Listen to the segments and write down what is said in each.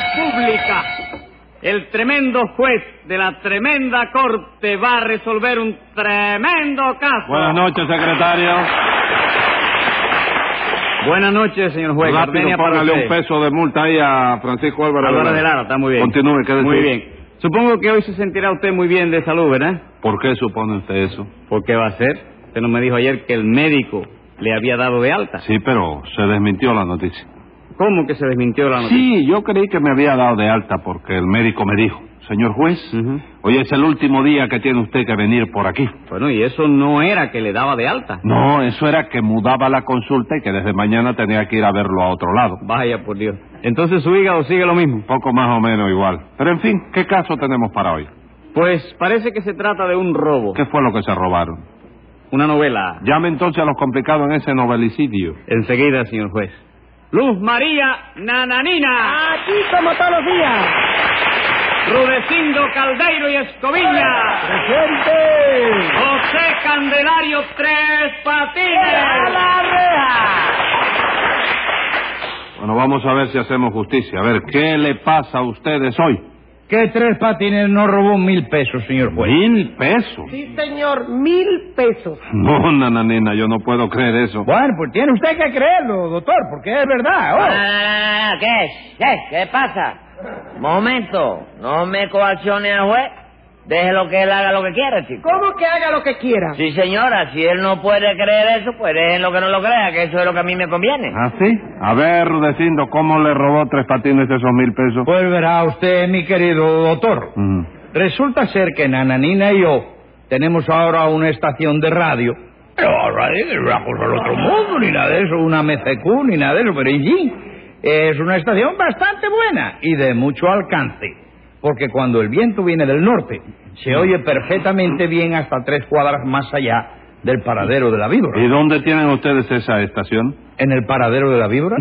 República. El tremendo juez de la tremenda corte va a resolver un tremendo caso. Buenas noches, secretario. Buenas noches, señor juez. Rápido, Gardenia para póngale usted. un peso de multa ahí a Francisco Álvaro, Álvaro de Lara, está muy bien. Continúe, quédese. Muy bien. Supongo que hoy se sentirá usted muy bien de salud, ¿verdad? ¿Por qué supone usted eso? ¿Por qué va a ser? Usted nos me dijo ayer que el médico le había dado de alta. Sí, pero se desmintió la noticia. ¿Cómo que se desmintió la noticia? Sí, yo creí que me había dado de alta porque el médico me dijo, señor juez, Ujú. hoy es el último día que tiene usted que venir por aquí. Bueno, y eso no era que le daba de alta. No, eso era que mudaba la consulta y que desde mañana tenía que ir a verlo a otro lado. Vaya, por Dios. Entonces su hígado sigue lo mismo. Un poco más o menos igual. Pero en fin, ¿qué caso tenemos para hoy? Pues parece que se trata de un robo. ¿Qué fue lo que se robaron? Una novela. Llame entonces a los complicados en ese novelicidio. Enseguida, señor juez. Luz María Nananina, Aquí como todos los días. Rudecindo Caldeiro y Escoviña, Presente. José Candelario Tres A Patines. la reja. Bueno, vamos a ver si hacemos justicia. A ver, ¿qué le pasa a ustedes hoy? ¿Qué tres patines no robó mil pesos, señor juez? ¿Mil pesos? Sí, señor, mil pesos. No, nananina, yo no puedo creer eso. Bueno, pues tiene usted que creerlo, doctor, porque es verdad. oh. Ah, ¿Qué es? ¿Qué es? ¿Qué pasa? Momento, no me coaccione al juez. Déjelo que él haga lo que quiera, chico. ¿Cómo que haga lo que quiera? Sí, señora, si él no puede creer eso, pues déjenlo que no lo crea, que eso es lo que a mí me conviene. ¿Ah, sí? A ver, Rudecindo, ¿cómo le robó tres patines esos mil pesos? Pues verá usted, mi querido doctor. Mm. Resulta ser que Nananina y yo tenemos ahora una estación de radio. Pero ahora es una cosa del otro mundo, ni nada de eso, una MCQ, ni nada de eso, pero allí es una estación bastante buena y de mucho alcance. Porque cuando el viento viene del norte, se oye perfectamente bien hasta tres cuadras más allá del paradero de la víbora. ¿Y dónde tienen ustedes esa estación? ¿En el paradero de la víbora?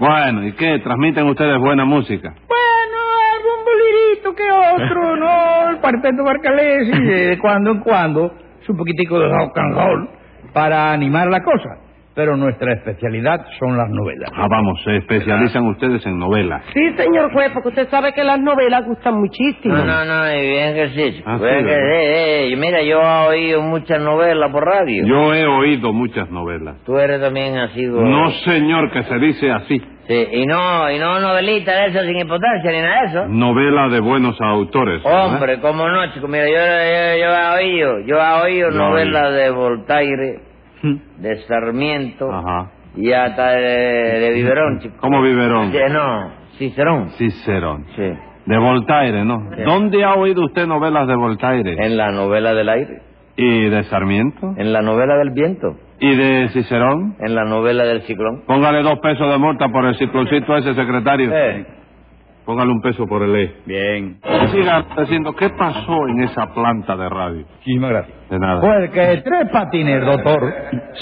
bueno, ¿y qué? ¿Transmiten ustedes buena música? Bueno, algún bolirito que otro, ¿no? El cuarteto barcalés y de cuando en cuando su poquitico de rock and roll para animar la cosa. Pero nuestra especialidad son las novelas. Ah, vamos, se especializan ustedes en novelas. Sí, señor juez, porque usted sabe que las novelas gustan muchísimo. No, no, no, y bien que sí. chico. Ah, sí, Bien que ¿verdad? sí, eh, eh, Mira, yo he oído muchas novelas por radio. Yo he oído muchas novelas. Tú eres también así, go- No, señor, que se dice así. Sí, y no, y no novelita de eso sin importancia ni nada de eso. Novela de buenos autores. ¿verdad? Hombre, cómo no, chico. Mira, yo, yo, yo he oído, yo he oído Yo novelas de Voltaire, de Sarmiento Ajá. y hasta de, de Viverón, chico. ¿Cómo Viverón? Sí, no, Cicerón. Cicerón. Sí. De Voltaire, ¿no? Sí. ¿Dónde ha oído usted novelas de Voltaire? En la novela del aire, ¿Y de Sarmiento? en la novela del viento, ¿Y de Cicerón? en la novela del ciclón. Póngale dos pesos de multa por el cicloncito ese, secretario. Eh. Póngale un peso por el E. Bien. Siga diciendo, ¿qué pasó en esa planta de radio? Muchísimas gracias. De nada. Pues que Tres Patines, doctor,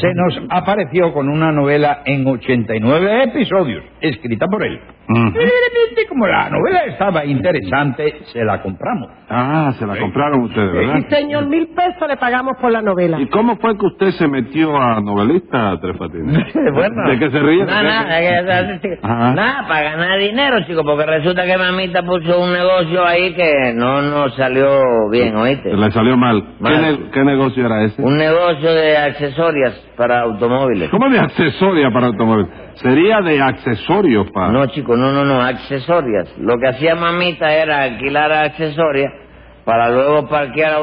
se nos apareció con una novela en 89 episodios, escrita por él. Ujú. Y Como la novela estaba interesante, se la compramos. Ah, se la compraron ustedes, Sí, ¿verdad? señor, mil pesos le pagamos por la novela. ¿Y cómo fue que usted se metió a novelista, Tres Patines? Bueno. ¿De qué se ríe? Nada, nada, es que- Ajá. nada, para ganar dinero, chico, porque resulta que mamita puso un negocio ahí que no nos salió bien, ¿oíste? Le salió mal. ¿Qué, Mal. ne- qué negocio era ese? Un negocio de accesorias para automóviles. ¿Cómo de accesoria para automóvil? Sería de accesorios para... No, chico, no, no, no, accesorias. Lo que hacía mamita era alquilar accesorias para luego parquear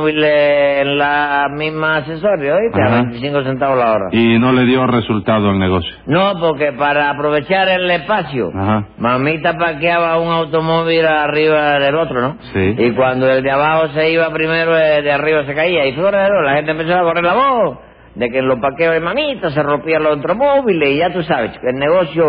automóviles en la misma accesoria, ¿oíste? Ajá. A 25 centavos la hora. Y no le dio resultado el negocio. No, porque para aprovechar el espacio, Ajá. mamita parqueaba un automóvil arriba del otro, ¿no? Sí. Y cuando el de abajo se iba primero, el de arriba se caía. Y fuera de la gente empezó a correr la voz de que en los parqueos de mamita se rompían los automóviles. Y ya tú sabes, chico, el negocio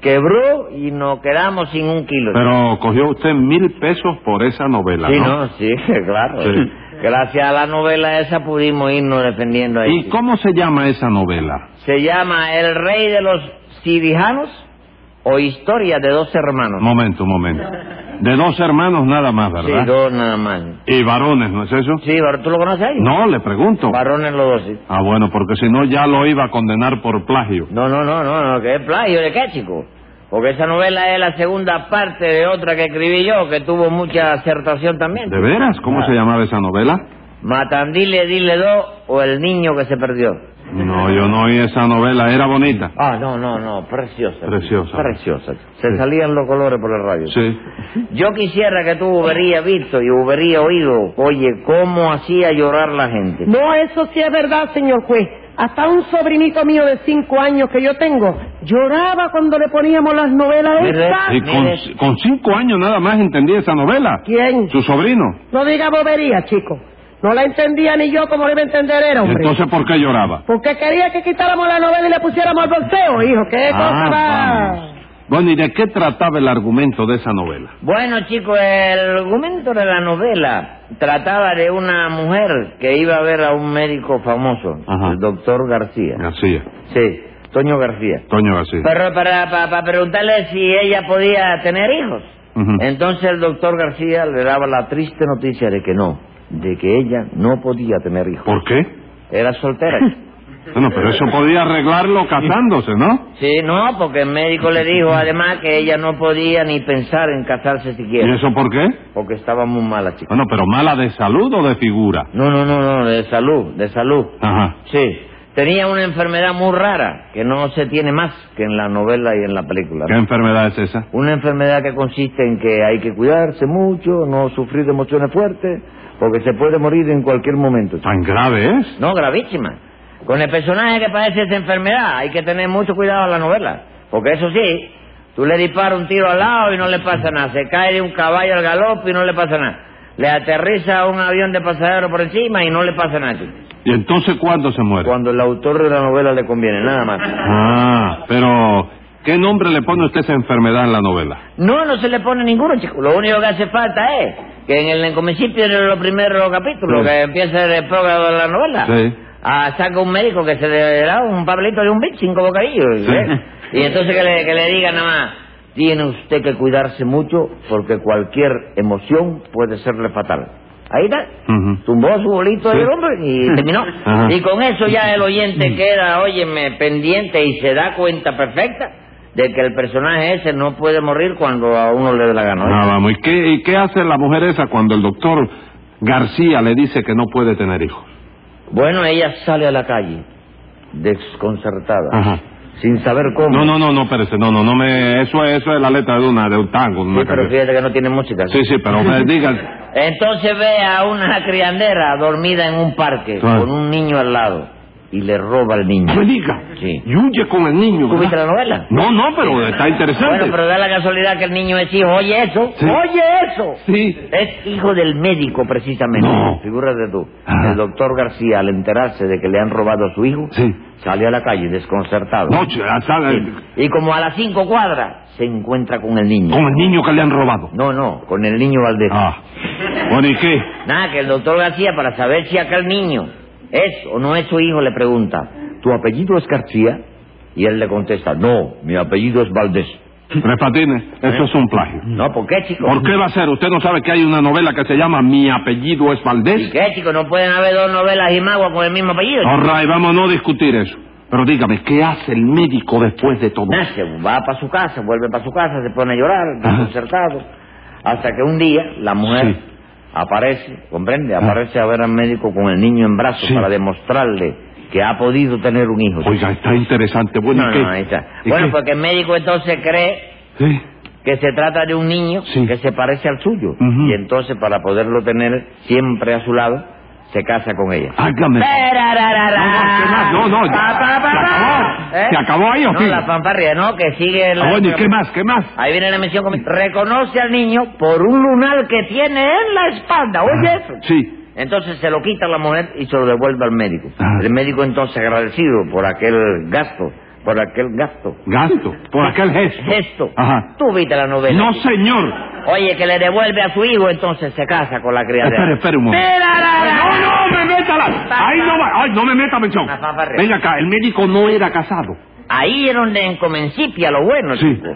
quebró y nos quedamos sin un kilo. Pero cogió usted mil pesos por esa novela, sí, ¿no? no, sí, claro. Sí. Gracias a la novela esa pudimos irnos defendiendo ahí. ¿Y chico. cómo se llama esa novela? Se llama El Rey de los Cirujanos o Historia de dos hermanos. Un momento, un momento. De dos hermanos nada más, Sí, ¿verdad? dos nada más. Y varones, ¿no es eso? Sí, bar- ¿tú lo conoces ahí? No, le pregunto. Varones los dos, sí. Ah, bueno, porque si no ya lo iba a condenar por plagio. No, no, no, no, no, que es plagio, ¿de qué, chico? Porque esa novela es la segunda parte de otra que escribí yo, que tuvo mucha acertación también. ¿De veras? ¿Cómo se llamaba esa novela? Matandile, dile dos, o El niño que se perdió. No, yo no oí esa novela, era bonita. Ah, no, no, no, preciosa. Preciosa. Preciosa. Se salían los colores por el radio. Sí. Yo quisiera que tú hubieras visto y hubieras oído, oye, cómo hacía llorar la gente. No, eso sí es verdad, señor juez. Hasta un sobrinito mío de cinco años que yo tengo lloraba cuando le poníamos las novelas de ¿Verdad? esta. Y con, con cinco años nada más entendí esa novela. Ah, ¿Quién? Su sobrino. No diga bobería, chico. No la entendía ni yo como le iba a entender era, hombre. Entonces, ¿por qué lloraba? Porque quería que quitáramos la novela y le pusiéramos el boxeo, hijo. ¿Qué cosa Ah, va? vamos. Bueno, ¿y de qué trataba el argumento de esa novela? Bueno, chicos, el argumento de la novela trataba de una mujer que iba a ver a un médico famoso, Ajá. el doctor García. García. Sí, Toño García. Toño García. Pero para, para, para preguntarle si ella podía tener hijos. Ujú. Entonces el doctor García le daba la triste noticia de que no, de que ella no podía tener hijos. ¿Por qué? Era soltera. Bueno, pero eso podía arreglarlo casándose, ¿no? sí, no, porque el médico le dijo además que ella no podía ni pensar en casarse ¿Y siquiera, eso por qué? porque estaba muy mala, chica. Bueno, pero mala de salud o de figura. No, no, no, no, de salud, de salud. Ajá. Sí, tenía una enfermedad muy rara que no se tiene más que en la novela y en la película. ¿Qué enfermedad es esa? Una enfermedad que consiste en que hay que cuidarse mucho, no sufrir de emociones fuertes, porque se puede morir en cualquier momento. ¿Tan grave es? No, gravísima. Con el personaje que padece esa enfermedad hay que tener mucho cuidado en la novela, porque eso sí, tú le disparas un tiro al lado y no le pasa nada, se cae de un caballo al galope y no le pasa nada, le aterriza un avión de pasajeros por encima y no le pasa nada. chico. ¿Y entonces cuándo se muere? Cuando el autor de la novela le conviene, nada más. Ah, pero ¿qué nombre le pone usted a esa enfermedad en la novela? No, no se le pone ninguno, chico. Lo único que hace falta es que en el principio de los primeros capítulos, Sí. que empieza el prólogo de la novela, Sí. ah, saca un médico que se le da un papelito de un bit, cinco bocadillos. Sí. ¿eh? Y entonces que le, que le diga nada más, tiene usted que cuidarse mucho porque cualquier emoción puede serle fatal. Ahí está. Ujú. Tumbó su bolito Sí. del hombre y terminó. Ajá. Y con eso ya el Mm. oyente queda, óyeme, pendiente y se da cuenta perfecta de que el personaje ese no puede morir cuando a uno le dé la gana. Ah, vamos. ¿Y qué, ¿Y qué hace la mujer esa cuando el doctor García le dice que no puede tener hijos? Bueno, ella sale a la calle, desconcertada, Ajá. sin saber cómo. No, no, no, no, espérese. No, no, no me... Eso es, eso es la letra de una, de un tango. de Sí, una pero canción. fíjate que no tiene música. sí, sí, pero me diga... Entonces ve a una criandera dormida en un parque Claro. con un niño al lado y le roba al niño. No me diga. Sí. Y huye con el niño. ¿Tú viste ¿verdad? la novela? No, no, pero está interesante. Bueno, pero da la casualidad que el niño es hijo. Oye eso, Sí. oye eso. Sí. Es hijo del médico, precisamente. No. Figúrate tú. Ajá. El doctor García, al enterarse de que le han robado a su hijo, Sí. salió a la calle desconcertado. No, ch- ah, sabe, Sí. Y como a las cinco cuadras, se encuentra con el niño. Con el niño que le han robado. No, no, con el niño Valdés. Ah. Bueno, ¿y qué? Nada, que el doctor García, para saber si aquel niño es o no es su hijo, le pregunta, ¿tu apellido es García? Y él le contesta, no, mi apellido es Valdés. Tres Patines, eso es un plagio. No, ¿por qué, chico? Mm. ¿Por qué va a ser? ¿Usted no sabe que hay una novela que se llama Mi apellido es ¿Y Valdés? qué, chico? No pueden haber dos novelas y magua con el mismo apellido. chico? Alright, vamos a no discutir eso. Pero dígame, ¿qué hace el médico después de todo? Nace, va para su casa, vuelve para su casa, se pone a llorar, Ah. Ajá. desconcertado. Hasta que un día la mujer Sí. aparece, ¿comprende? Ah. Aparece a ver al médico con el niño en brazos Sí. para demostrarle que ha podido tener un hijo. Oiga, está interesante. Bueno, No, ¿y qué? no, ahí está. ¿Y Bueno, qué? ¿Eh? porque el médico entonces cree Sí. que se trata de un niño Sí. que se parece al suyo. Ujú. Y entonces, para poderlo tener siempre a su lado, se casa con ella. Hágame. Perararara. No, no, ¿qué más? No, no, ya. Pa, pa, pa, Se pa. acabó. ¿Se acabó ahí o No, qué? la fanfarria, no, que sigue... La... Ah, bueno, ¿y qué más? ¿Qué más? Ahí viene la misión con... Reconoce al niño por un lunar que tiene en la espalda, oye Ah, eso. Sí. Entonces se lo quita la mujer y se lo devuelve al médico. Ah. El médico entonces agradecido por aquel gasto, por aquel gasto. Gasto. Por aquel gesto. Gesto. Ajá. Tú viste la novela. No, señor. Oye, que le devuelve a su hijo, entonces se casa con la criadera. Espere, espere un momento. Perararara. Pues No, no, me meta la... Ahí no va. Ay, no me meta mención. Una fanfarria. Venga acá, el médico no era casado. Ahí es donde comencipia lo bueno, Sí. chico.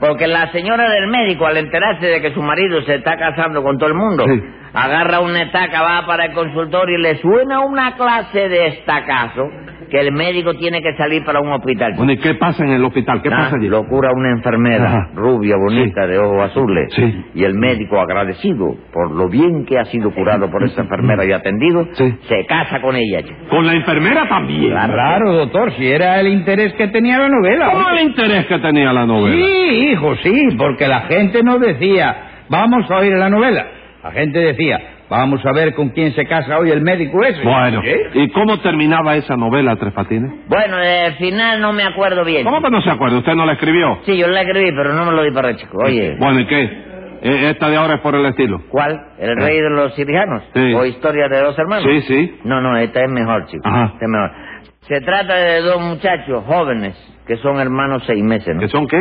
Porque la señora del médico, al enterarse de que su marido se está casando con todo el mundo, Sí. agarra una estaca, va para el consultorio y le suena una clase de estacazo que el médico tiene que salir para un hospital. Bueno, ¿y qué pasa en el hospital? ¿Qué Ah, pasa allí? Lo cura una enfermera Ajá. rubia, bonita, de ojos azules. Sí. Y el médico, agradecido por lo bien que ha sido curado por esa enfermera y atendido, Sí. se casa con ella. chico. Con la enfermera también. Claro, doctor, si era el interés que tenía la novela. ¿Cómo el interés que tenía la novela? Sí, hijo, sí, porque la gente no decía, vamos a oír la novela. La gente decía, vamos a ver con quién se casa hoy el médico ese. ¿Eh? Bueno, ¿Sí? ¿y cómo terminaba esa novela, Tres Patines? Bueno, al final no me acuerdo bien. ¿Cómo que no se acuerda? ¿Usted no la escribió? Sí, yo la escribí, pero no me lo di para el chico. Oye, Bueno, ¿y qué? Eh, ¿Esta de ahora es por el estilo? ¿cuál? ¿El rey de los cirujanos? Ah. Sí. ¿O historia de dos hermanos? Sí, sí. No, no, esta es mejor, chico. Ajá. Esta es mejor. Se trata de dos muchachos jóvenes que son hermanos seis meses, ¿no? ¿Que son qué?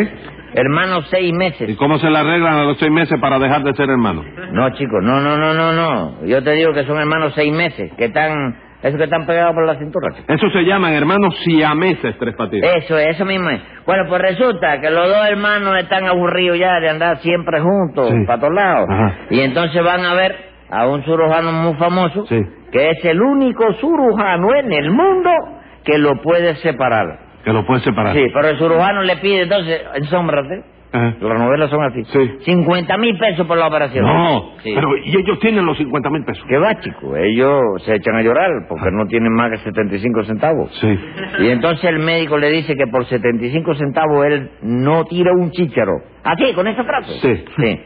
Hermanos seis meses. ¿Y cómo se la arreglan a los seis meses para dejar de ser hermanos? No, chicos, no, no, no, no, no. Yo te digo que son hermanos seis meses, que están, esos que están pegados por la cintura, chico. Eso se llaman hermanos siameses, Tres Patines. Eso, es, eso mismo es. Bueno, pues resulta que los dos hermanos están aburridos ya de andar siempre juntos, Sí. para todos lados. Ajá. Y entonces van a ver a un cirujano muy famoso, Sí. que es el único cirujano en el mundo que lo puede separar. Que lo pueden separar. Sí, pero el cirujano le pide entonces, ensómbrate. Ajá. Las novelas son así. Sí. 50 mil pesos por la operación. No, Sí. pero y ellos tienen los 50 mil pesos. ¿Qué va, chico? Ellos se echan a llorar Ah. porque no tienen más que 75 centavos. Sí. Y entonces el médico le dice que por 75 centavos él no tira un chícharo. Así, con esa frase. Sí.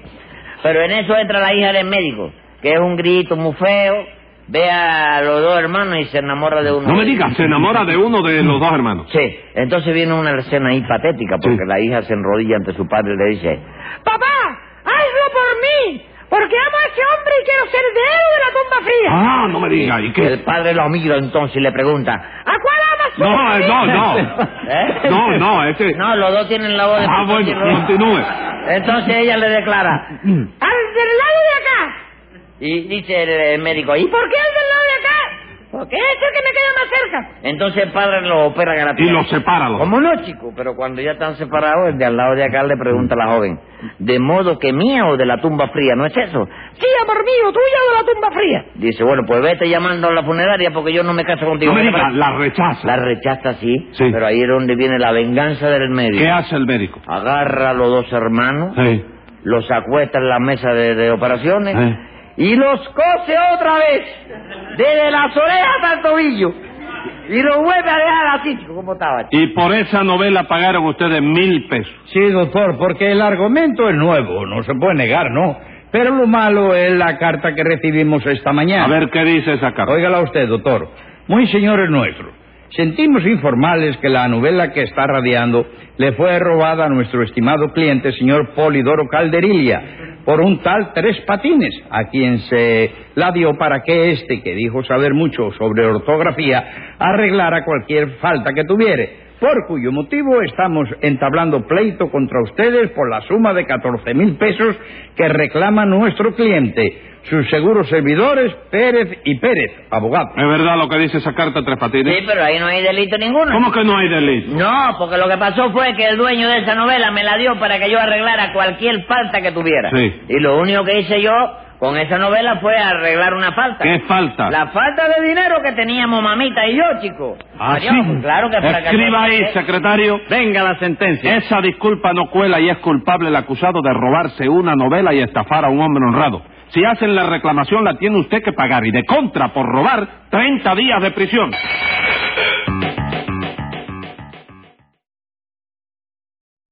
Pero en eso entra la hija del médico, que es un grito muy feo, ve a los dos hermanos y se enamora de uno. No me digas, se enamora de uno de los dos hermanos. Sí, entonces viene una escena ahí patética porque Sí. la hija se enrodilla ante su padre y le dice, Papá, hazlo por mí, porque amo a ese hombre y quiero ser de él de la tumba fría. Ah, no me digas, ¿y el qué? padre lo mira entonces y le pregunta, ¿A cuál amas tú? No, eh, no, no. ¿Eh? No, no, este, ese... No, los dos tienen la voz de Ah, Pepito y bueno, Rosa. continúe. Entonces ella le declara. Al del lado de acá. Y dice el, eh, médico, ¿y por ¿Por qué al del lado de acá? Porque es el que me queda más cerca. qué? Entonces el padre lo opera Y los gratuitamente. separa los ¿Cómo no, chico? Pero cuando ya están separados, el de al lado de acá le pregunta a la joven, ¿de modo que mía o de la tumba fría? ¿No es eso? Sí, amor mío, tuya de la tumba fría. Dice, bueno, pues vete llamando a la funeraria porque yo no me caso contigo. No me ¿Qué te digas, parece? la rechaza. La rechaza, sí, Sí. pero ahí es donde viene la venganza del médico. ¿Qué hace el médico? Agarra a los dos hermanos, Sí. los acuesta en la mesa de, de operaciones Eh. y los cose otra vez, desde las orejas al tobillo. Y los vuelve a dejar así, chico, como estaba. chico. Y por esa novela pagaron ustedes mil pesos. Sí, doctor, porque el argumento es nuevo, no se puede negar, ¿no? Pero lo malo es la carta que recibimos esta mañana. A ver qué dice esa carta. Óigala usted, doctor. Muy señores nuestros, sentimos informarles que la novela que está radiando le fue robada a nuestro estimado cliente, señor Polidoro Calderilla, por un tal Tres Patines, a quien se la dio para que este, que dijo saber mucho sobre ortografía, arreglara cualquier falta que tuviere. Por cuyo motivo estamos entablando pleito contra ustedes por la suma de 14 mil pesos que reclama nuestro cliente, sus seguros servidores Pérez y Pérez, abogado. ¿Es verdad lo que dice esa carta, Tres Patines? Sí, pero ahí no hay delito ninguno. ¿Cómo que no hay delito? No, porque lo que pasó fue que el dueño de esa novela me la dio para que yo arreglara cualquier falta que tuviera. Sí. Y lo único que hice yo con esa novela fue arreglar una falta. ¿Qué falta? La falta de dinero que teníamos mamita y yo, chico. ¿Ah, Adiós, sí? pues Claro que fracasé. Escriba ahí, secretario. Venga la sentencia. Esa disculpa no cuela y es culpable el acusado de robarse una novela y estafar a un hombre honrado. Si hacen la reclamación, la tiene usted que pagar y de contra por robar, 30 días de prisión.